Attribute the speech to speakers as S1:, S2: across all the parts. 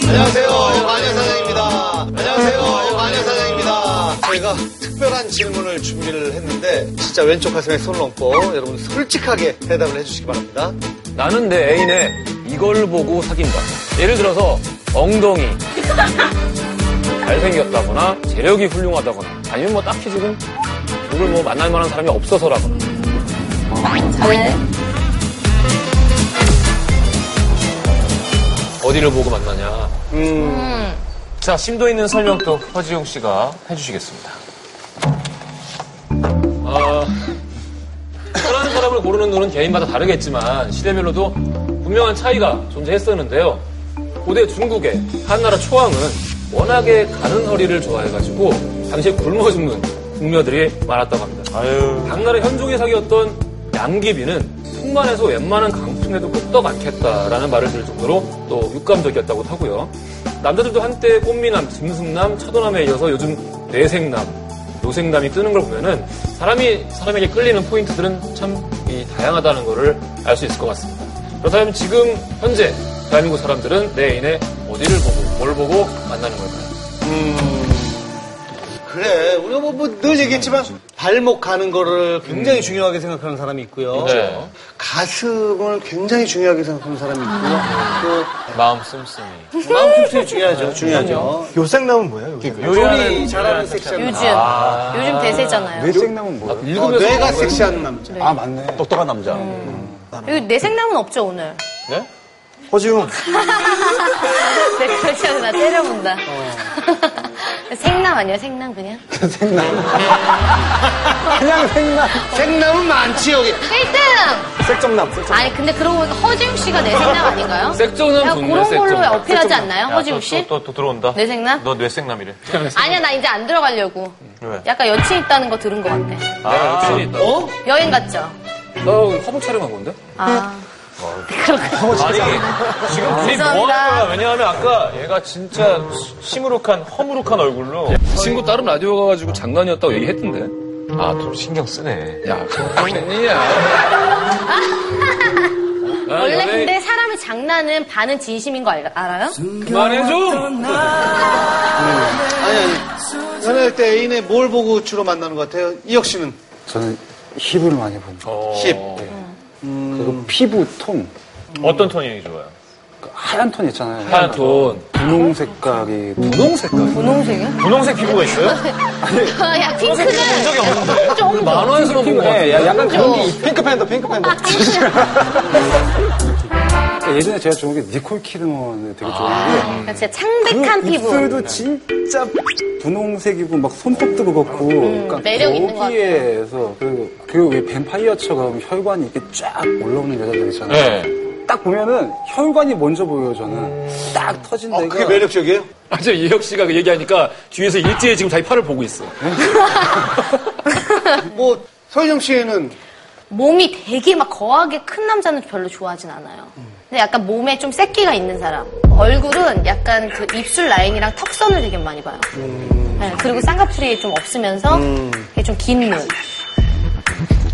S1: 안녕하세요. 마녀 사장입니다. 안녕하세요. 마녀 사장입니다. 저희가 특별한 질문을 준비를 했는데 진짜 왼쪽 가슴에 손을 얹고 여러분 솔직하게 대답을 해주시기 바랍니다.
S2: 나는 내 애인의 이걸 보고 사귄다. 예를 들어서 엉덩이. 잘생겼다거나 재력이 훌륭하다거나 아니면 뭐 딱히 지금 누굴 뭐 만날 만한 사람이 없어서라거나
S3: 네.
S2: 어디를 보고 만나냐. 음. 자, 심도 있는 설명 또 허지용 씨가 해주시겠습니다. 어, 사랑하는 사람을 고르는 눈은 개인마다 다르겠지만 시대별로도 분명한 차이가 존재했었는데요. 고대 중국의 한나라 초왕은 워낙에 가는 허리를 좋아해가지고 당시에 굶어 죽는 궁녀들이 많았다고 합니다. 당나라 현종의 사기였던 양기비는 풍만에서 웬만한 강풍에도 끄떡 않겠다라는 말을 들을 정도로 또 육감적이었다고 하고요. 남자들도 한때 꽃미남, 짐승남, 차도남에 이어서 요즘 뇌생남, 노생남이 뜨는 걸 보면은 사람이 사람에게 끌리는 포인트들은 참 이 다양하다는 거를 알 수 있을 것 같습니다. 그렇다면 지금 현재 대한민국 사람들은 내 애인의 어디를 보고 뭘 보고 만나는 걸까요?
S1: 음, 그래, 우리가 뭐, 뭐 늘 얘기했지만 발목 가는 거를 굉장히
S4: 음.
S1: 중요하게 생각하는 사람이 있고요.
S2: 네.
S1: 가슴을 굉장히 중요하게 생각하는 사람이 있고요.
S2: 마음 씀씀이.
S1: 또 마음속이 중요하죠. 중요하죠.
S4: 요생남은 뭐예요? 요생남?
S1: 요리 잘하는 섹션.
S3: 요즘. 요즘 대세잖아요.
S4: 뇌생남은 뭐예요?
S1: 어,
S2: 네?
S1: 뇌가 섹시한 남자.
S4: 아 맞네.
S5: 똑똑한 남자.
S3: 여기 내생남은 없죠, 오늘?
S2: 네?
S4: 허지웅
S3: 그렇지 않나 때려본다. 생남 아니야, 생남 그냥?
S4: 그냥 생남.
S1: 생남은 많지, 여기.
S3: 1등!
S4: 색정남. 색정남.
S3: 아니, 근데 그러고 보니까 허지웅 씨가 내생남 아닌가요?
S2: 색종남
S3: 내가
S2: 좋네,
S3: 그런 걸로
S2: 색종남.
S3: 어필하지 않나요, 허지웅 네. 씨?
S5: 아, 또, 또, 또 들어온다.
S3: 내생남?
S5: 너 뇌생남이래.
S3: 아니야, 나 이제 안 들어가려고.
S5: 왜?
S3: 약간 여친 있다는 거 들은 것 같아.
S2: 아, 확실히 있다.
S1: 어?
S3: 여행 갔죠?
S2: 나 화보 촬영한 건데?
S3: 아.
S5: 아니, 지금
S2: 네.
S5: 우리 뭐 하는
S3: 아.
S5: 거야? 왜냐하면 아까 얘가 진짜 시- 시무룩한, 허무룩한 얼굴로.
S2: 친구 다른 라디오 가가지고 장난이었다고 얘기했던데.
S5: 아, 좀 신경 쓰네.
S2: 야, 아니야.
S3: 원래 근데 사람의 장난은 반은 진심인 거 알- 알아요?
S2: 그만해줘.
S1: 아니, 아니. 연애할 때 애인의 뭘 보고 주로 만나는 것 같아요? 이혁 씨는? 어.
S4: 저는 힙을 많이 봅니다.
S1: 힙.
S4: 그리고 피부 톤.
S5: 어떤 톤이 좋아요?
S4: 그 하얀 톤 있잖아요.
S2: 하얀 톤.
S4: 분홍 색깔이
S2: 분홍 색깔.
S3: 분홍색이요?
S5: 분홍색 피부가 있어요?
S3: 야, 핑크는 좀 더.
S2: 만화에서만 본것
S4: 네,
S2: 같아.
S4: 약간 그런 게 있- 핑크 팬더, 핑크 팬더. 예전에 제가 좋은 게 니콜 키드먼을 되게 좋아하는데
S3: 그러니까 진짜 창백한
S4: 그
S3: 피부.
S4: 입술도 진짜 분홍색이고 막 손톱도 그렇고 그러니까
S3: 매력 있는 것
S4: 거기에서 그, 그왜 뱀파이어처럼 혈관이 이렇게 쫙 올라오는 여자들 있잖아요.
S2: 네.
S4: 딱 보면은 혈관이 먼저 보여요 저는. 딱 터진
S1: 아,
S4: 데가
S1: 그게 매력적이에요?
S2: 아, 저 이혁 씨가 그 얘기하니까 뒤에서 일제히 지금 자기 팔을 보고 있어.
S1: 뭐, 서희정 씨는
S3: 몸이 되게 막 거하게 큰 남자는 별로 좋아하진 않아요.
S4: 음.
S3: 근데 약간 몸에 좀 새끼가 있는 사람. 얼굴은 약간 그 입술 라인이랑 턱선을 되게 많이 봐요.
S4: 음.
S3: 네, 그리고 쌍꺼풀이 좀 없으면서 이게 좀 긴 눈.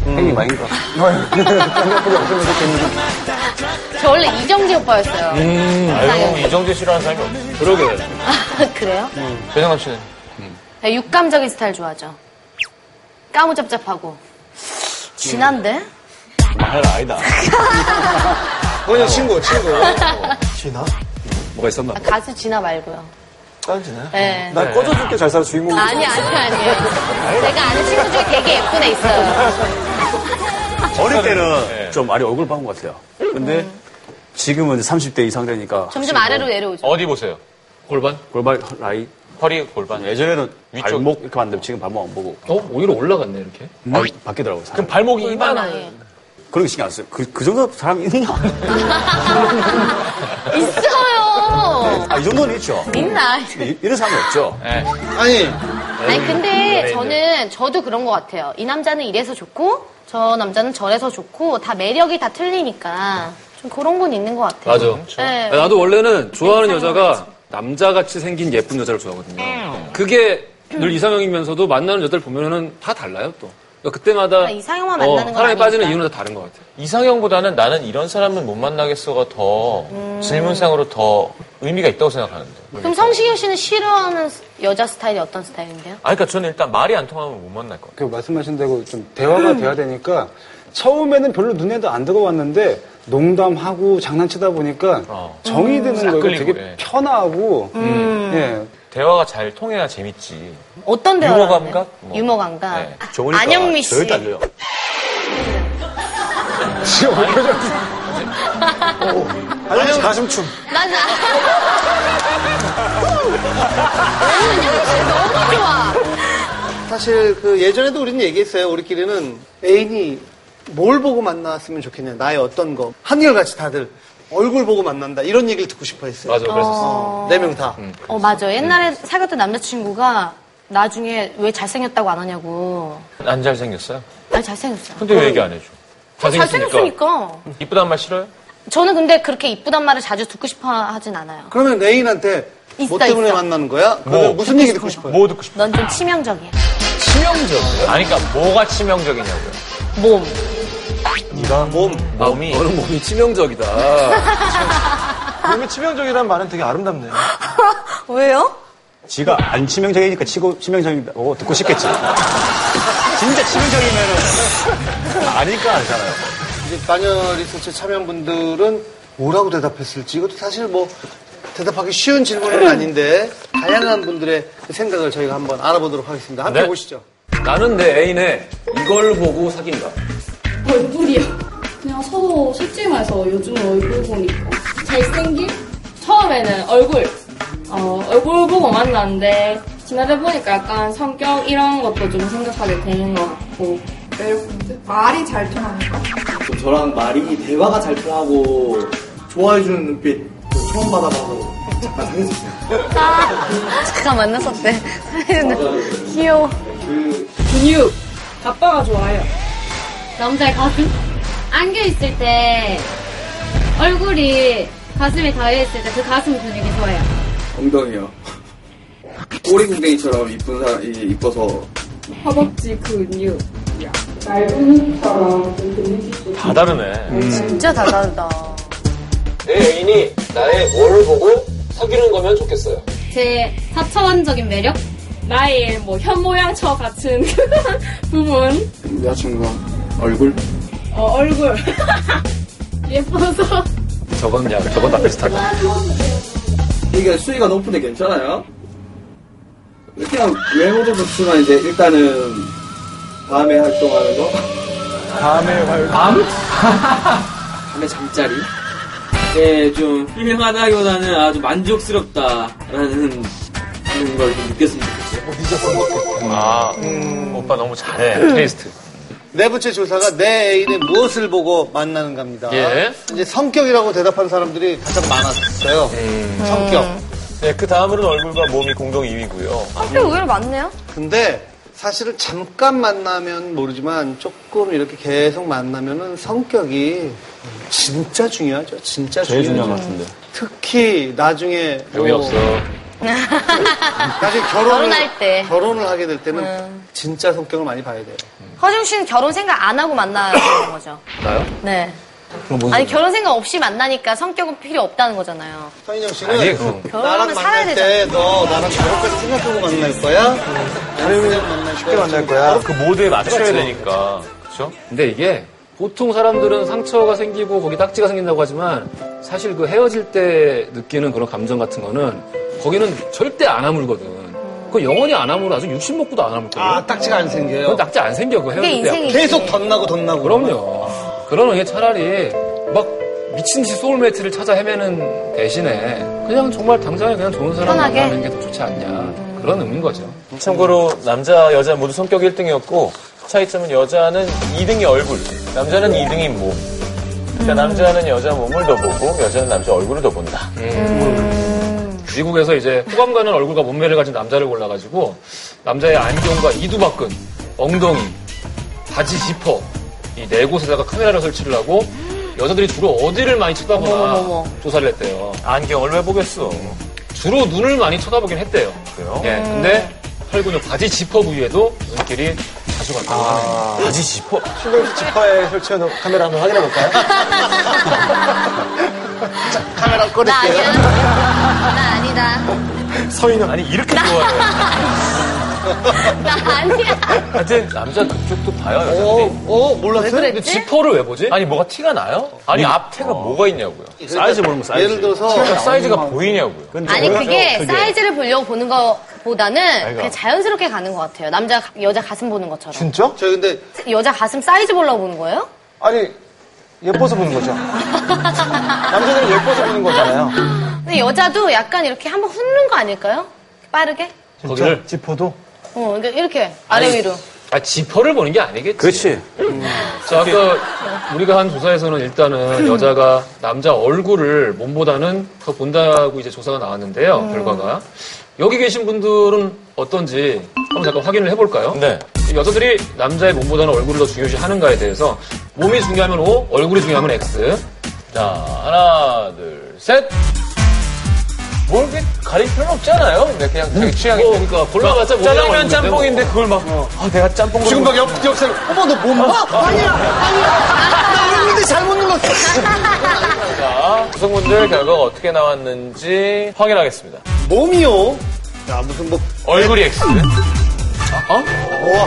S4: 팽이 많이 가. 네.
S3: 저 원래 이정재 오빠였어요.
S4: 음.
S5: 음. 아유, 이정재 싫어하는 사람이 없어.
S2: 그러게.
S3: 아, 그래요?
S4: 음.
S5: 배정남 씨는?
S3: 네, 육감적인 스타일 좋아하죠. 까무잡잡하고. 진한데?
S5: 말할 아이다.
S1: 그냥 친구, 친구.
S2: 뭐가 있었나?
S3: 아, 가수 진아 말고요.
S5: 딴지네.
S3: 네.
S4: 날 아, 꺼져줄게 잘 살아 주인공.
S3: 아니, 아니, 아니요. 제가 아는 친구 중에 되게 예쁜 애 있어요.
S4: 어릴 때는 좀 아래 얼굴 봐온 것 같아요. 근데 지금은 30대 이상 되니까
S3: 점점 아래로 내려오죠.
S5: 어디 보세요?
S2: 골반?
S4: 골발 라인.
S5: 허리 골반.
S4: 예전에는
S5: 위쪽.
S4: 발목 이렇게 봤는데 지금 발목 안 보고
S2: 어? 오히려 올라갔네, 이렇게.
S4: 바- 바뀌더라고요. 사람.
S5: 그럼 발목이
S3: 얼마나
S5: 이만한.
S3: 예.
S4: 어? 그런 게 신경 안 써요. 그, 그 정도 사람 있냐?
S3: 있어요.
S4: 아, 이 정도는 있죠.
S3: 있나?
S4: 이, 이런 사람이 없죠.
S1: 아니,
S3: 아니 근데 저는 저도 그런 것 같아요. 이 남자는 이래서 좋고 저 남자는 저래서 좋고 다 매력이 다 틀리니까 좀 그런 건 있는 것 같아요.
S2: 맞아.
S5: 음,
S3: 네.
S2: 나도 원래는 좋아하는 여자가 남자같이 생긴
S3: 음.
S2: 예쁜 여자를 좋아하거든요. 그게 늘 이상형이면서도 만나는 여자를 보면은 다 달라요, 또. 그러니까 그러니까 그때마다 어,
S3: 그러니까 이상형만 만나는 건
S2: 사랑에 빠지는
S3: 아니니까.
S2: 이유는 다 다른 것 같아요.
S5: 이상형보다는 나는 이런 사람은 못 만나겠어가 더 질문상으로 더 의미가 있다고 생각하는데.
S3: 그럼 성시경 씨는 싫어하는 여자 스타일이 어떤 스타일인데요?
S5: 아, 그러니까 저는 일단 말이 안 통하면 못 만날 것 같아요.
S4: 그 말씀하신 대로 좀 대화가 돼야 되니까 처음에는 별로 눈에도 안 들어왔는데 농담하고 장난치다 보니까
S5: 어.
S4: 정이 드는
S5: 싹
S4: 거고
S5: 끌리고,
S4: 되게
S5: 예.
S4: 편하고 예.
S5: 대화가 잘 통해야 재밌지.
S3: 어떤 대화?
S5: 유머 감각? 뭐.
S3: 유머 감각.
S5: 네.
S6: 좋으니까
S3: 안영미 씨.
S6: 절대 안 돼요.
S1: 아니면 가슴춤.
S3: 난 안영미 씨 너무 좋아.
S1: 사실 그 예전에도 우리는 얘기했어요. 우리끼리는 애인이 뭘 보고 만났으면 좋겠냐. 나의 어떤 거. 한결같이 다들 얼굴 보고 만난다. 이런 얘기를 듣고 싶어 했어요.
S2: 맞아, 음. 그랬었어.
S1: 네 명 다.
S3: 어 맞아. 옛날에 사귀었던 남자친구가 나중에 왜 잘생겼다고 안 하냐고.
S5: 안 잘생겼어요?
S3: 아니 잘생겼어.
S5: 근데 왜 얘기 안 해줘?
S2: 잘생겼으니까.
S3: 잘생겼으니까.
S5: 이쁘다는 말 싫어요?
S3: 저는 근데 그렇게 이쁘단 말을 자주 듣고 싶어 하진 않아요.
S1: 그러면 애인한테 뭐
S3: 있어,
S1: 때문에
S3: 있어.
S1: 만나는
S2: 뭐?
S1: 거야? 그러면 무슨 얘기 듣고 싶어요?
S5: 뭐 듣고 싶어?
S3: 넌 좀 치명적이야.
S5: 치명적이에요? 아니, 그러니까 뭐가 치명적이냐고요.
S2: 뭐.
S3: 몸.
S1: 몸.
S5: 몸이.
S2: 너는 몸이 치명적이다.
S6: 몸이 치명적이라는 말은 되게 아름답네요.
S3: 왜요?
S6: 지가 안 치명적이니까 치고 치명적이라고 듣고 싶겠지. 진짜 치명적이면은 아니까 알잖아요.
S1: 이제 마녀 리서치 참여분들은 뭐라고 대답했을지 이것도 사실 뭐 대답하기 쉬운 질문은 아닌데 다양한 분들의 생각을 저희가 한번 알아보도록 하겠습니다. 함께
S2: 네.
S1: 보시죠.
S2: 나는 내 애인의 이걸 보고 사귄다.
S7: 얼굴이야. 그냥 서로 솔직히 말해서 요즘 얼굴 보니까 잘생김? 처음에는 얼굴. 어, 얼굴 보고 만났는데 지나다 보니까 약간 성격 이런 것도 좀 생각하게 되는 것 같고
S8: 매력인데 말이 잘 통하니까
S9: 좀 저랑 말이 대화가 잘 통하고 좋아해주는 눈빛 처음 받아봐서 잠깐 상했었어요.
S3: 잠깐 만났었대. 귀여워.
S7: 근육 아빠가 좋아요 남자의 가슴 안겨 있을 때 얼굴이 가슴에 닿여 있을 때 그 가슴 근육이 좋아요
S10: 엉덩이요. 꼬리궁뎅이처럼 이쁜 사람, 이- 이뻐서
S8: 허벅지 근육
S5: 다 다르네.
S3: 진짜 다다르다.
S2: 내 애인이 나의 뭐를 보고 사귀는 거면 좋겠어요.
S7: 제 4차원적인 매력? 나의 뭐 현모양처 같은 부분
S10: 여자친구가 얼굴?
S7: 어, 얼굴 예뻐서
S2: 저건 야, 저건 다 비슷하다.
S10: 이게 수위가 높은데 괜찮아요? 그냥 외모도 좋지만 이제 일단은 밤에 활동하는 거?
S11: 밤의 잠자리. 네, 좀 훌륭하다기보다는 아주 만족스럽다라는 걸 좀 느꼈으면 좋겠어요.
S5: 아, 오빠 너무 잘해. 테이스트.
S1: 네 번째 조사가 내 애인의 무엇을 보고 만나는가입니다.
S2: 예.
S1: 이제 성격이라고 대답한 사람들이 가장 많았어요.
S2: 음.
S1: 음. 성격.
S5: 네, 그 다음으로는 얼굴과 몸이 공동 2위고요.
S3: 학교 의외로 많네요.
S1: 근데 사실은 잠깐 만나면 모르지만 조금 이렇게 계속 만나면은 성격이 진짜 중요하죠. 진짜
S6: 제일 중요한
S1: 중요하죠.
S6: 것 같은데.
S1: 특히 나중에
S2: 여기
S1: 뭐
S2: 없어.
S1: 나중에 결혼을,
S3: 결혼할 때. 음.
S1: 결혼을 하게 될 때는 진짜 성격을 많이 봐야 돼요.
S3: 허중 씨는 결혼 생각 안 하고 만나는 거죠.
S2: 나요?
S3: 네. 아니 결혼 생각 없이 만나니까 성격은 필요 없다는 거잖아요.
S1: 서인영 씨는
S3: 결혼하면
S1: 나랑
S3: 살아야
S1: 만날 때 너 나랑 결혼까지 생각하고 만날 거야? 아니면 만날 어,
S6: 쉽게 만날 거야.
S5: 그 모드에 맞춰야 되니까. 그쵸?
S2: 근데 이게 보통 사람들은 상처가 생기고 거기 딱지가 생긴다고 하지만 사실 그 헤어질 때 느끼는 그런 감정 같은 거는 거기는 절대 안 아물거든. 그거 영원히 안 아물어. 아주 육신 먹고도 안 아물 거예요.
S1: 아 딱지가 안
S2: 그건
S1: 생겨요.
S2: 딱지 안 생겨. 그
S3: 그게
S2: 헤어질 때.
S3: 인생이지.
S1: 계속 덧나고 덧나고.
S2: 그럼요. 그러는 게 차라리 막 미친 듯이 소울메이트를 찾아 헤매는 대신에 그냥 정말 당장에 그냥 좋은 사람
S3: 편하게?
S2: 만나는 게 더 좋지 않냐 그런 의미인 거죠.
S5: 참고로 남자, 여자 모두 성격이 1등이었고 차이점은 여자는 2등이 얼굴, 남자는 2등이 몸. 그러니까 남자는 여자 몸을 더 보고 여자는 남자 얼굴을 더 본다.
S2: 미국에서 이제 호감 가는 얼굴과 몸매를 가진 남자를 골라가지고 남자의 안경과 이두박근, 엉덩이, 바지 지퍼 이 네 곳에다가 카메라를 설치를 하고 여자들이 주로 어디를 많이 쳐다보나 조사를 했대요.
S5: 안경을 왜 보겠어?
S2: 주로 눈을 많이 쳐다보긴 했대요.
S5: 그래요?
S2: 예, 근데 팔근육 바지 지퍼 부위에도 눈길이
S1: 가져갔다고
S5: 아, 바지 지퍼.
S6: 신동엽 씨 지퍼에 설치해놓고 카메라 한번 확인해볼까요?
S1: 카메라
S3: 나
S1: 꺼낼게요.
S3: 아니야. 나 아니다.
S6: 서인은
S5: 아니 이렇게 좋아요.
S3: 나 아니야.
S5: 하여튼 남자 그쪽도 봐요.
S1: 어, 어 몰랐어요?
S3: 왜 그랬지?
S5: 지퍼를 왜 보지? 아니 뭐가 티가 나요? 아니 앞에가 뭐가 있냐고요.
S1: 사이즈 모르면 사이즈. 예를 들어서
S5: 티가 사이즈가 보이냐고요.
S3: 아니 그게 사이즈를 보려고 보는 거보다는 그냥 자연스럽게 가는 것 같아요. 남자 가- 여자 가슴 보는 것처럼.
S6: 진짜?
S1: 저 근데
S3: 여자 가슴 사이즈 보려고 보는 거예요?
S6: 아니 예뻐서 보는 거죠. 남자들은 예뻐서 보는 거잖아요.
S3: 근데 여자도 약간 이렇게 한번 훑는 거 아닐까요? 빠르게?
S2: 거기를
S6: 지퍼도
S3: 어, 그러니까 이렇게 아래
S2: 아니,
S3: 위로.
S2: 아 지퍼를 보는 게 아니겠지.
S4: 그렇지.
S2: 자, 아까 우리가 한 조사에서는 일단은 여자가 남자 얼굴을 몸보다는 더 본다고 이제 조사가 나왔는데요. 결과가 여기 계신 분들은 어떤지 한번 잠깐 확인을 해볼까요?
S5: 네.
S2: 여자들이 남자의 몸보다는 얼굴을 더 중요시하는가에 대해서 몸이 중요하면 O, 얼굴이 중요하면 X.
S5: 자 하나 둘 셋. 뭘 이렇게 가릴 필요는 없잖아요. 근데 그냥 자기 취향이.
S2: 뭐, 그러니까 골라봤자 뭐 어.
S5: 짜장면
S2: 그냥
S5: 짬뽕인데 그걸 막 아, 내가 짬뽕
S1: 지금
S5: 먹는
S1: 막 옆, 옆사람, 어머, 너 몸 봐? 아니야, 아니야. 나 얼굴인데 잘못 눌렀어.
S5: 거다. 구성분들 결과가 어떻게 나왔는지 확인하겠습니다.
S1: 몸이요? 야, 무슨 뭐,
S5: 얼굴이 X. 어?
S1: 우와.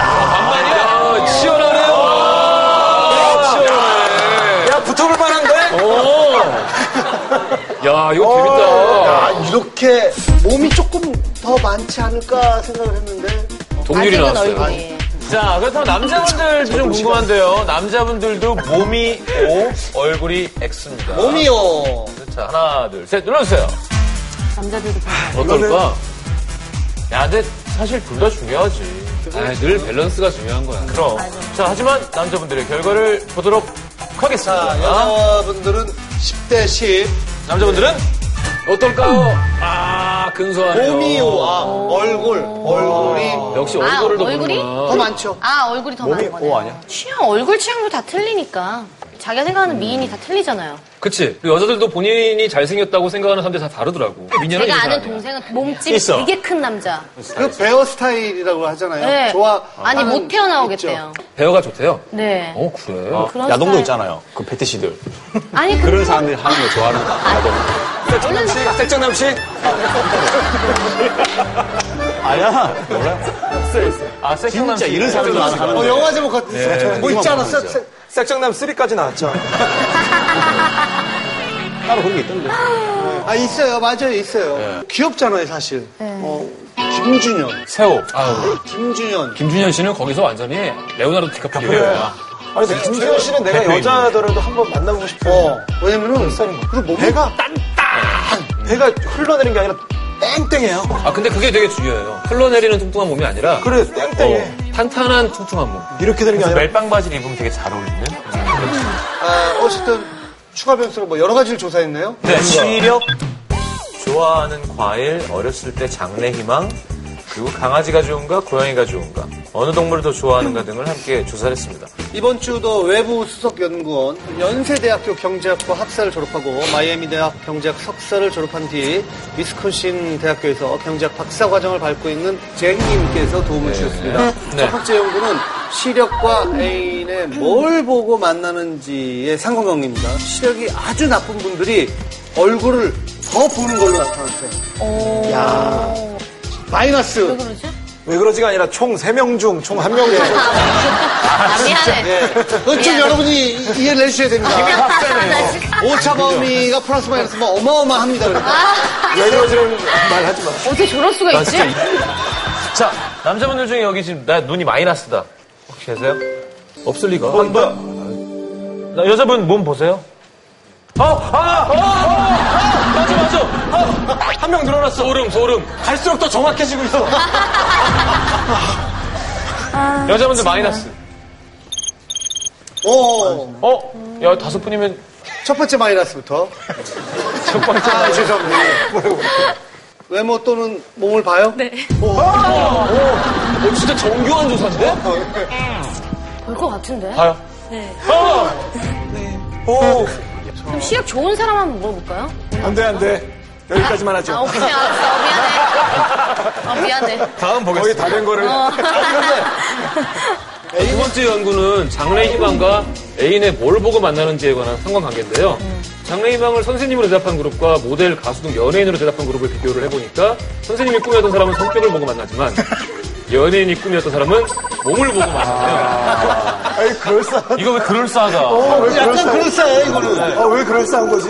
S5: 아, 치열하네요. 야, 치열하네.
S6: 야 어. 붙어볼 만한데?
S5: 오. 야, 이거
S2: 어.
S5: 재밌다.
S1: 야, 이렇게 몸이 조금 더 많지 않을까 생각을 했는데.
S5: 동률이
S3: 아직은
S5: 나왔어요.
S3: 얼굴이.
S5: 자, 그렇다면 남자분들도 좀 궁금한데요. 남자분들도 몸이 O, 얼굴이 X입니다.
S1: 몸이요.
S5: 자, 하나, 둘, 셋, 눌러주세요.
S3: 남자들도 보는
S2: 아,
S3: 거.
S5: 어떨까? 야, 근데 사실 둘 다 중요하지.
S2: 아, 늘 밸런스가 중요한 거야.
S5: 그럼. 자, 하지만 남자분들의 결과를 보도록 하겠습니다.
S1: 자,
S2: 아.
S1: 여자분들은 10대 10.
S5: 남자분들은
S2: 어떨까요? 아, 근소하네요.
S1: 몸이요. 아, 얼굴. 얼굴이
S2: 역시
S3: 아,
S2: 얼굴을 더
S3: 얼굴이?
S2: 보는구나.
S1: 더 많죠.
S3: 아, 얼굴이 더 많은 거네. 취향, 얼굴 취향도 다 틀리니까. 자기가 생각하는 미인이 다 틀리잖아요.
S2: 그치. 그리고 여자들도 본인이 잘생겼다고 생각하는 사람들 다 다르더라고. 민현은
S3: 제가
S2: 이런
S3: 아는
S2: 사람이야.
S3: 동생은 몸집이
S5: 있어.
S3: 되게 큰 남자.
S1: 그 베어 스타일이라고 하잖아요.
S3: 네.
S1: 좋아.
S3: 아니, 못 태어나오겠대요.
S2: 배어가 좋대요.
S3: 네.
S2: 어, 그래.
S3: 그런
S12: 뭐
S3: 스타일.
S5: 있잖아요. 그 패티시들.
S3: 아니, 그
S5: 그런 사람들이 하는 거 좋아하는 거.
S3: 얼른 생각-
S5: 색정남 씨? 아니야. 몰라요? 아, 색정남 씨. 이런 사람들 많아.
S1: 어, 영화 제목 같은 네. 뭐 있지 않았어?
S6: 섹정남 3까지 나왔죠.
S1: 아, 있어요. 맞아요. 있어요.
S6: 네.
S1: 귀엽잖아요, 사실.
S3: 네.
S1: 어, 김준현.
S5: 세호.
S1: 김준현.
S2: 김준현 씨는 거기서 완전히 레오나르도 디카프리오야.
S6: 아니 근데 김준현 씨는 내가 여자더라도 한번 만나보고 싶어.
S1: 네. 어, 왜냐면은, 그리고 몸이
S6: 배가 딴딴. 배가 흘러내리는 게 아니라 땡땡해요.
S2: 아, 근데 그게 되게 중요해요. 흘러내리는 뚱뚱한 몸이 아니라
S6: 그래
S5: 어,
S6: 땡땡해.
S2: 탄탄한 뚱뚱한 몸.
S6: 그러니까, 예. 어, 이렇게 되는 게 아니라
S5: 멜빵 바지를 입으면 되게 잘 어울리는?
S1: 아, 어쨌든 추가 변수로 뭐 여러 가지를 조사했네요.
S5: 네, 시력, 좋아하는 과일, 어렸을 때 장래 희망, 그리고 강아지가 좋은가, 고양이가 좋은가, 어느 동물을 더 좋아하는가 등을 함께 조사를 했습니다.
S1: 이번 주도 외부 수석 연구원 연세대학교 경제학부 학사를 졸업하고 마이애미 대학 경제학 석사를 졸업한 뒤 위스콘신 대학교에서 경제학 박사 과정을 밟고 있는 쟁님께서 도움을 주셨습니다.
S5: 네.
S1: 첫 번째 연구는 시력과 애인의 뭘 보고 만나는지의 상관관계입니다. 시력이 아주 나쁜 분들이 얼굴을 더 보는 걸로 나타났어요. 야 마이너스.
S6: 왜 그러지가 아니라 총 3명 중 총 1명 정도.
S3: 아, 미안해.
S1: 그건 좀 여러분이 이- 이해를 해주셔야 됩니다.
S3: 아, 나 지금
S1: 오차 범위가 플러스 마이너스 뭐 어마어마합니다. 그래서.
S6: 왜 그러지는 말 하지 마.
S3: 어떻게 저럴 수가
S5: 나
S3: 있지?
S5: 진짜 이- 자, 남자분들 중에 여기 지금 나 눈이 마이너스다. 혹시 계세요? 없을 리가. 어, 뭐야? 나 여자분 몸 보세요. 어, 아, 아, 아, 아, 맞아, 맞아. 한 명 늘어났어. 소름, 소름.
S6: 갈수록 더 정확해지고 있어.
S5: 여자분들 마이너스.
S1: 오,
S5: 어? 야, 다섯 분이면
S1: 첫 번째 마이너스부터. 첫 번째 아, 죄송합니다. 외모 또는 몸을 봐요? 네.
S5: 어, 진짜 정교한 조사인데?
S3: 볼 것 같은데? 네.
S5: 봐요.
S2: 네.
S6: 오,
S3: 그럼 시력 좋은 사람 한번 물어볼까요?
S6: 안 돼, 안 돼. 여기까지만 하죠.
S3: 아, 오케이, 알았어. 미안해. 아, 미안해.
S5: 다음
S2: 거의
S5: 보겠습니다.
S2: 다 된 거를.
S3: 어.
S2: 두 번째 연구는 장래 희망과 애인의 뭘 보고 만나는지에 관한 상관관계인데요. 장래 희망을 선생님으로 대답한 그룹과 모델, 가수 등 연예인으로 대답한 그룹을 비교를 해보니까 선생님이 꿈이었던 사람은 성격을 보고 만나지만 연예인이 꿈이었던 사람은 몸을 보고 만나요.
S6: 아니, 그럴싸하다.
S5: 이거 왜 그럴싸하다.
S6: 어, 왜 그럴싸-
S2: 네.
S6: 어, 왜 그럴싸한 거지?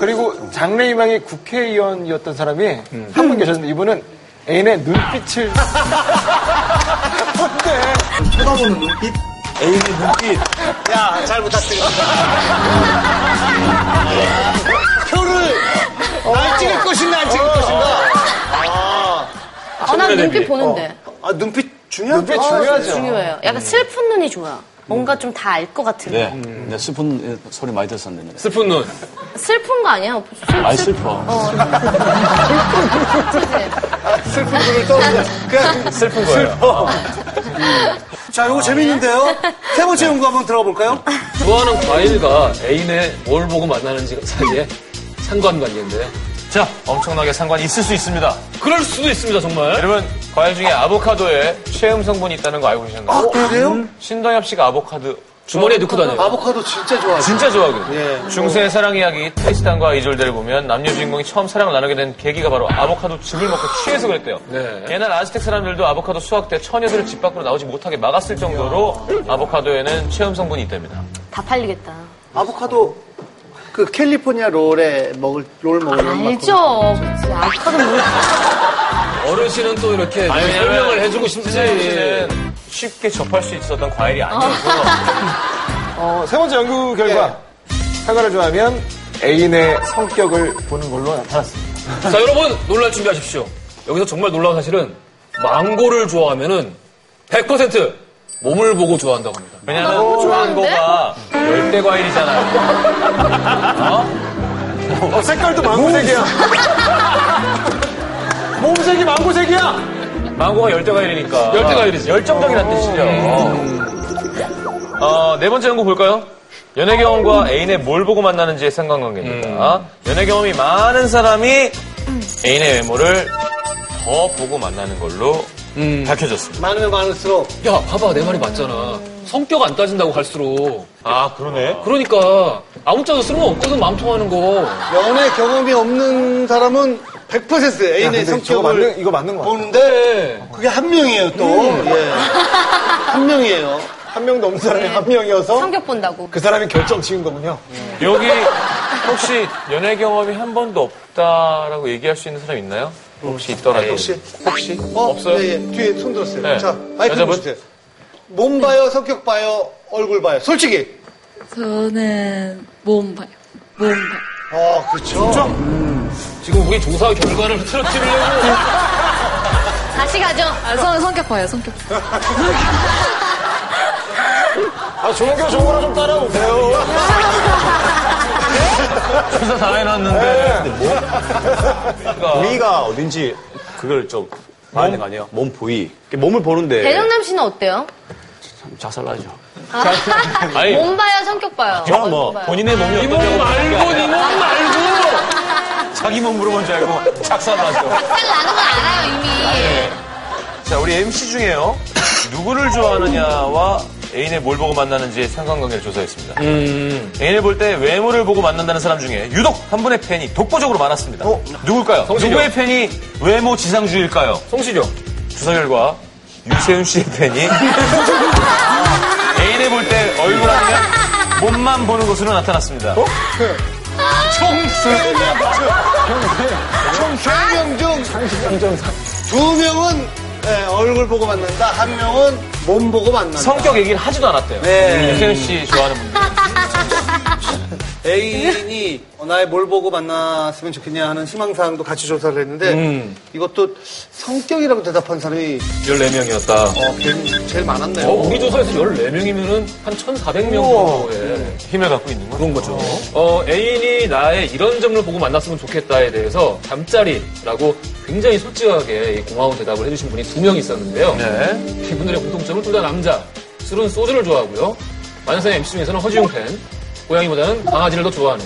S13: 그리고 장래희망의 국회의원이었던 사람이 한
S1: 음.
S13: 분 계셨는데 이분은 애인의 눈빛을
S6: 뭔데?
S9: 쳐다보는 눈빛?
S6: 애인의 눈빛.
S1: 야, 잘 부탁드립니다. 표를 날 찍을 것인가 안 찍을 것인가?
S3: 아, 난 눈빛 보는데.
S1: 아, 눈빛 중요하죠.
S3: 아, 중요해요. 약간 슬픈 눈이 좋아요. 뭔가 좀 다 알 것 같은.
S12: 네.
S3: 데
S5: 음.
S12: 네, 슬픈 예, 소리 많이 들었었는데.
S2: 슬픈 눈.
S3: 슬픈 거 아니에요? 슬,
S12: 아이, 슬퍼.
S5: 어.
S3: 네.
S1: 슬픈 거를 떠올려. 그냥
S5: 슬픈
S1: 거예요. 자, 요거 재밌는데요? 세 번째 연구 한번 들어가 볼까요?
S2: 좋아하는 과일과 애인의 뭘 보고 만나는지 사이에 상관관계인데요.
S5: 자, 엄청나게 상관이 있을 수 있습니다.
S2: 그럴 수도 있습니다, 정말.
S5: 여러분, 과일 중에 아보카도에 쉐음 성분이 있다는 거 알고 계셨나요?
S1: 아, 그래요?
S5: 신동엽 씨가 아보카도
S2: 주머니에 넣고 다녀요.
S1: 아보카도 진짜 좋아하죠.
S5: 진짜 좋아하거든요. 예. 중세의 사랑 이야기 트리스탄과 이졸데를 보면 남녀 주인공이 처음 사랑을 나누게 된 계기가 바로 아보카도 즙을 먹고 취해서 그랬대요.
S2: 네.
S5: 옛날 아즈텍 사람들도 아보카도 수확 때 처녀들을 집 밖으로 나오지 못하게 막았을 정도로 아보카도에는 체험 성분이 있답니다.
S3: 다 팔리겠다.
S1: 아보카도 그 캘리포니아 롤에 먹을 롤 먹으면
S3: 알죠. 그치. 아까도
S2: 어르신은 또 이렇게 설명을 해주고 싶지. 네,
S5: 선생님은 쉽게 접할 수 있었던 과일이 아니어서
S13: 어, 세 번째 연구 결과 사과를 좋아하면 애인의 성격을 보는 걸로 나타났습니다.
S2: 자, 여러분, 놀랄 준비하십시오. 여기서 정말 놀라운 사실은 망고를 좋아하면은 100% 몸을 보고 좋아한다고 합니다.
S5: 왜냐면 망고가 열대 과일이잖아요.
S13: 어, 색깔도 망고색이야. 몸색이 망고색이야.
S5: 망고가 열대 과일이니까.
S2: 열대 과일이지.
S5: 열정적이란 뜻이죠. 어, 네 번째 연구 볼까요? 연애 경험과 애인의 뭘 보고 만나는지의 상관관계입니다.
S2: 음.
S5: 연애 경험이 많은 사람이 애인의 외모를 더 보고 만나는 걸로
S2: 음.
S5: 밝혀졌습니다.
S1: 많으면 많을수록.
S2: 야, 봐봐. 내 말이 맞잖아. 성격 안 따진다고 갈수록.
S5: 아, 그러네.
S2: 그러니까. 아무 짜도 쓸모없거든, 마음 통하는 거.
S1: 연애 경험이 없는 사람은 100% 애인의 성격을
S13: 이거 맞는 거
S1: 보는데 그게 한 명이에요 또. 예. 한 명이에요.
S13: 한 명도 없는 사람이 한 명이어서
S3: 성격 본다고.
S13: 그 사람이 결정 지은 거군요.
S5: 여기 혹시 연애 경험이 한 번도 없다라고 얘기할 수 있는 사람 있나요? 혹시 있더라도.
S1: 혹시 혹시 어?
S5: 없어요?
S1: 네, 예. 뒤에 손 들었어요.
S5: 네.
S1: 자, 마이크
S5: 여자분?
S1: 보세요. 몸 봐요, 성격 봐요, 얼굴 봐요. 솔직히.
S8: 저는 몸 봐요. 몸 봐요.
S1: 아, 그쵸.
S2: 지금 우리 조사 결과를 흐트러뜨리려고.
S3: 다시 가죠.
S8: 성, 성격 봐요, 성격.
S13: 아, 좋은 거 좋은 거라 좀 따라오세요.
S5: 조사 다 해놨는데.
S12: 그러니까 우리가 어딘지 그걸 좀 봐야 되는 거 아니에요? 몸 보이. 이렇게 몸을 보는데
S5: 네.
S3: 대정남 씨는 어때요?
S12: 자살나죠.
S3: 아,
S12: 아니.
S3: 몸 봐요, 성격 봐요.
S12: 저는 뭐
S3: 얼굴 봐요.
S12: 본인의 몸이
S5: 이 몸 말고, 이 몸
S12: 말고. 자기 몸 물어본 줄 알고 작살나죠.
S3: 살 나는 거 알아요, 이미. 네,
S5: 자, 우리 MC 중에요. 누구를 좋아하느냐와 애인의 뭘 보고 만나는지의 상관관계를 조사했습니다. 애인을 볼 때 외모를 보고 만난다는 사람 중에 유독 한 분의 팬이 독보적으로 많았습니다. 누굴까요?
S2: 성시경.
S5: 누구의 팬이 외모 지상주의일까요?
S2: 성시경.
S5: 조사 결과 유세윤 씨의 팬이 애인을 볼 때 얼굴 아니면 몸만 보는 것으로 나타났습니다.
S1: 총세명 중, 두 명은 예, 얼굴 보고 만난다, 한 명은 몸 보고 만난다.
S5: 성격 얘기를 하지도 않았대요.
S1: 네.
S5: 유세윤 씨 좋아하는 분.
S1: 애인이 어, 나의 뭘 보고 만났으면 좋겠냐 하는 희망사항도 같이 조사를 했는데
S5: 음.
S1: 이것도 성격이라고 대답한 사람이
S5: 14명이었다.
S1: 어, 제일, 제일 많았네요.
S2: 어, 우리 조사에서 14명이면은 한 1,400명
S5: 우와.
S2: 정도의
S5: 힘을 갖고 있는 거 그런 거죠.
S2: 어, 애인이 나의 이런 점을 보고 만났으면 좋겠다에 대해서 잠자리라고 굉장히 솔직하게 이 고마운 대답을 해주신 분이 두 명 있었는데요.
S5: 네.
S2: 이분들의 공통점은 둘 다 남자. 술은 소주를 좋아하고요. 만세 MC 중에서는 허지웅 팬. 고양이보다는 강아지를 더 좋아하는.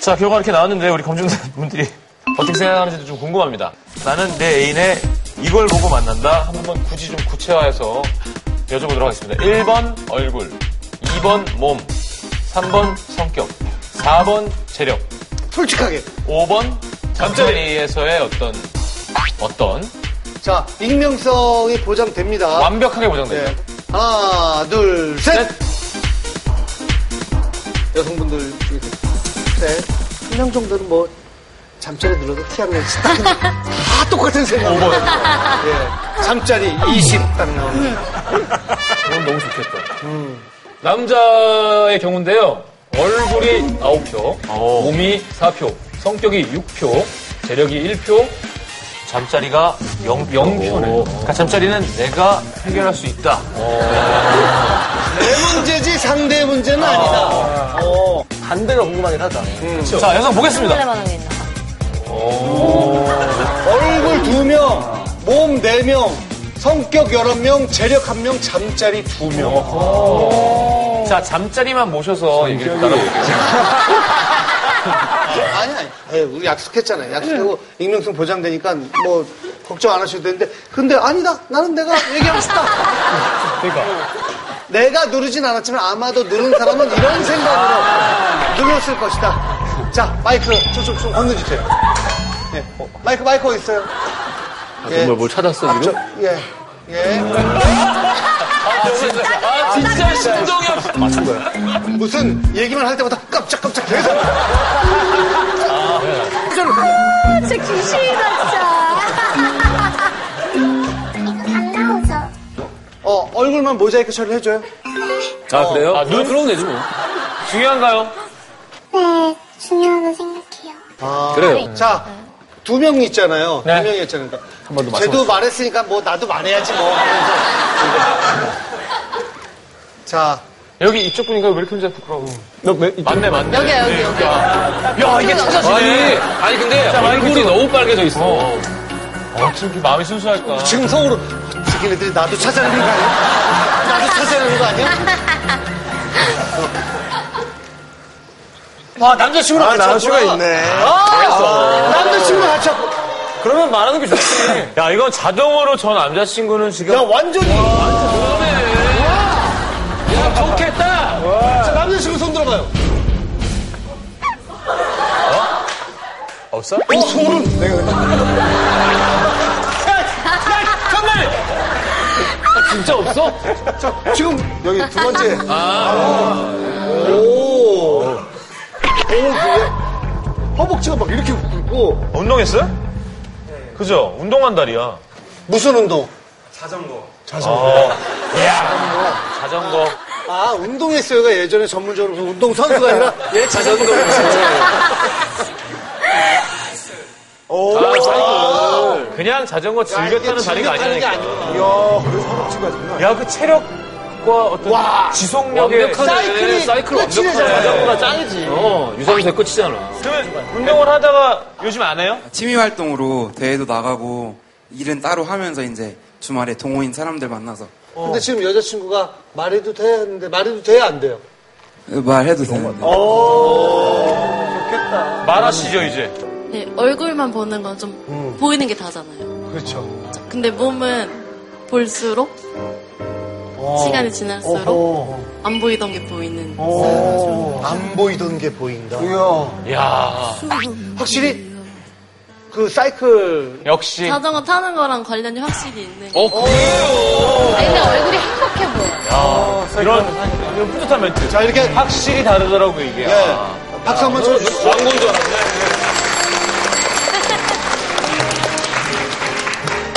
S5: 자, 결과 이렇게 나왔는데 우리 검증사분들이
S2: 어떻게 생각하는지도 좀 궁금합니다. 나는 내 애인의 이걸 보고 만난다. 한번 굳이 좀 구체화해서 여쭤보도록 하겠습니다. 1번 얼굴, 2번 몸, 3번 성격, 4번 재력,
S1: 솔직하게.
S2: 5번 잠자리에서의 어떤 어떤
S1: 자, 익명성이 보장됩니다. 예.
S2: 완벽하게 보장됩니다.
S1: 하나, 둘,
S2: 네.
S1: 셋! 여성분들 중에서 셋. 한 명 정도는 뭐, 잠자리 눌러서 티 안 내지. 딱, 다 똑같은 생각.
S2: 오번.
S1: 예. 잠자리 20. 딱 나오는.
S2: 그건 너무 좋겠다. 남자의 경우인데요. 얼굴이 9표, 몸이 4표, 성격이 6표, 재력이 1표,
S5: 잠자리가 0표. 그러니까 잠자리는 내가 해결할 수 있다.
S1: 내 문제지 상대의 문제는 아니다. 어. 반대가 궁금하긴 하다.
S2: 자, 영상 보겠습니다.
S3: 할 만한 게 있나?
S1: 얼굴 두명몸 네명 성격 여러 명 재력 한명 잠자리 두명
S2: 자, 잠자리만 모셔서 얘기를 나눠볼게요.
S1: 아니, 아니. 예, 우리 약속했잖아요. 약속하고
S2: 네.
S1: 익명성 보장되니까 뭐, 걱정 안 하셔도 되는데. 근데 아니다. 나는 내가 얘기하고 싶다.
S2: 그러니까.
S1: 내가 누르진 않았지만 아마도 누른 사람은 이런
S2: 아.
S1: 생각으로 눌렀을 것이다. 자, 마이크 저쪽 좀 건너주세요. 예, 어, 마이크, 마이크 어디 있어요?
S2: 뭐.
S14: 정말 뭘 찾았어, 지금?
S1: 예. 예.
S2: 아, 진짜 심정이 없어.
S1: 맞춘 거야. 무슨 얘기만 할 때마다 깜짝깜짝 계속.
S15: 아, 진짜 귀신이다, 진짜. 안 나오죠?
S1: 어, 얼굴만 모자이크 처리해줘요.
S14: 아, 그래요? 아, 눈 그러면 되지 뭐.
S2: 중요한가요?
S15: 네, 중요하다고 생각해요.
S14: 그래요.
S1: 네. 자, 두 명 있잖아요. 두 명이었잖아요. 그러니까
S14: 한 번 더 맞춰.
S1: 쟤도 말했으니까 뭐 나도 말해야지 뭐. 자.
S2: 여기 이쪽 보니까 왜 이렇게 혼자 부끄러워? 맞네, 맞네.
S3: 여기야, 여기, 그러니까
S2: 네,
S3: 여기.
S2: 아. 야, 이게
S14: 아니,
S2: 찾아지네.
S14: 아니, 근데
S2: 자, 마이크
S14: 얼굴이
S2: 좀.
S14: 너무 빨개져 있어.
S2: 어. 어쩜 이렇게 마음이 순수할까?
S1: 지금 속으로 지기네들이 나도 찾아내는 거 아니야? 나도 찾아내는 거 아니야? 와 남자친구랑
S16: 아,
S1: 같이
S16: 남자친구가
S1: 왔구나.
S16: 있네.
S1: 아, 남자친구랑 같이 왔고
S2: 그러면 말하는 게 좋지. 야, 이건 자동으로 저 남자친구는 지금.
S1: 야 완전히
S2: 야, 좋겠다!
S1: 자, 남자친구 손 들어봐요
S2: 없어?
S1: 어 손은 내가
S2: 진짜 없어?
S1: 지금
S16: 여기 두 번째.
S2: 아.
S1: 아. 허벅지가 막 이렇게 굽고
S2: 운동했어요? 그죠? 운동한 다리야.
S1: 무슨 운동?
S2: 자전거.
S1: 아 운동했어요가 예전에 전문적으로 무슨 운동 선수가 아니라 예 자전거 오
S2: 아, 자전거. 그냥 자전거 즐겨 타는 다리가 아니니까.
S16: 이야, 그래서 허벅지가 장난
S2: 야, 그 체력과 어떤 지속력의
S14: 완벽하네. 사이클 완벽하네.
S2: 자전거가
S1: 짱이지.
S14: 어, 유산소 끝이잖아.
S2: 그러면 운동을 하다가 요즘 안 해요?
S12: 취미 활동으로 대회도 나가고 일은 따로 하면서 이제 주말에 동호인 사람들 만나서
S1: 근데 지금 여자친구가 말해도 돼 했는데 말해도 돼야 안 돼요
S12: 그
S16: 어,
S12: 말해도 되는데
S2: 말하시죠, 이제.
S7: 네, 얼굴만 보는 건 좀 보이는 게 다잖아요.
S1: 음. 그렇죠
S7: 근데 몸은 볼수록 시간이 지날수록 안 보이던 게 보이는
S1: 안 보이던 게 보인다
S2: 야
S1: 확실히 그 사이클
S2: 역시.
S7: 자전거 타는 거랑 관련이 확실히 있는
S2: 어, 그래요!
S3: 아니, 근데 얼굴이 행복해 보여.
S2: 야, 이런, 이런 뿌듯한 멘트.
S1: 자 이렇게 예.
S2: 확실히 다르더라고, 이게. 아.
S1: 박수 한번 쳐주세요
S2: 왕건 줄 알았네.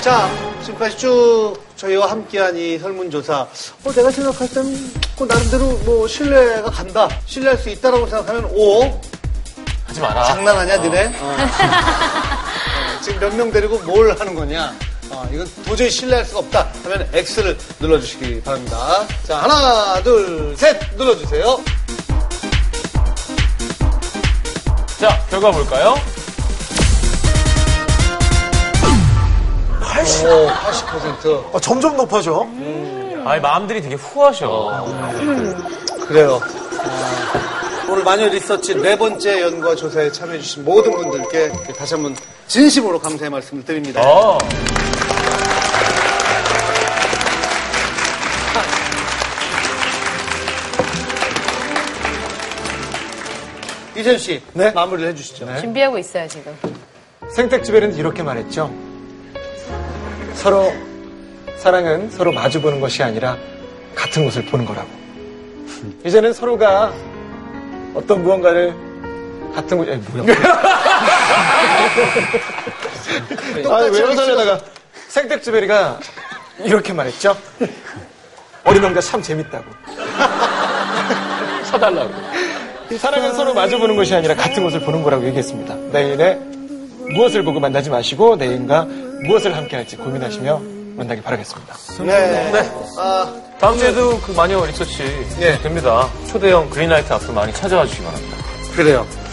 S1: 자, 지금까지 쭉 저희와 함께한 이 설문조사. 어, 내가 생각할 때는 그 나름대로 뭐 신뢰가 간다. 신뢰할 수 있다라고 생각하면 오
S2: 하지 마라.
S1: 장난하냐, 니네? 어. 어, 지금 몇 명 데리고 뭘 하는 거냐? 어, 이건 도저히 신뢰할 수가 없다 하면 X를 눌러주시기 바랍니다. 자, 하나, 둘, 셋 눌러주세요.
S2: 자, 결과 볼까요?
S1: 80? 오, 80%.
S16: 아, 점점 높아져.
S2: 아니, 마음들이 되게 후하셔.
S1: 그래요. 오늘 마녀 리서치 네 번째 연구와 조사에 참여해주신 모든 분들께 다시 한번 진심으로 감사의 말씀을 드립니다.
S2: 어.
S1: 이재현 씨, 마무리를 해주시죠.
S3: 준비하고 있어요, 지금.
S5: 생택집에는 이렇게 말했죠. 서로 사랑은 서로 마주보는 것이 아니라 같은 곳을 보는 거라고. 이제는 서로가 어떤 무언가를 같은 곳, 에 뭐야? 아,
S17: 똑같이
S5: 외워서려다가 생택지베리가 이렇게 말했죠. 어린 왕자 참 재밌다고.
S18: 사달라고.
S5: 이 사랑은 서로 마주보는 것이 아니라 같은 곳을 보는 거라고 얘기했습니다. 내일에 무엇을 보고 만나지 마시고 내일과 무엇을 함께 할지 고민하시며 만나길 바라겠습니다.
S1: 네.
S2: 다음 주에도 그 마녀 리서치 됩니다. 초대형 그린라이트 앞으로 많이 찾아와 주시기 바랍니다.
S1: 그래요.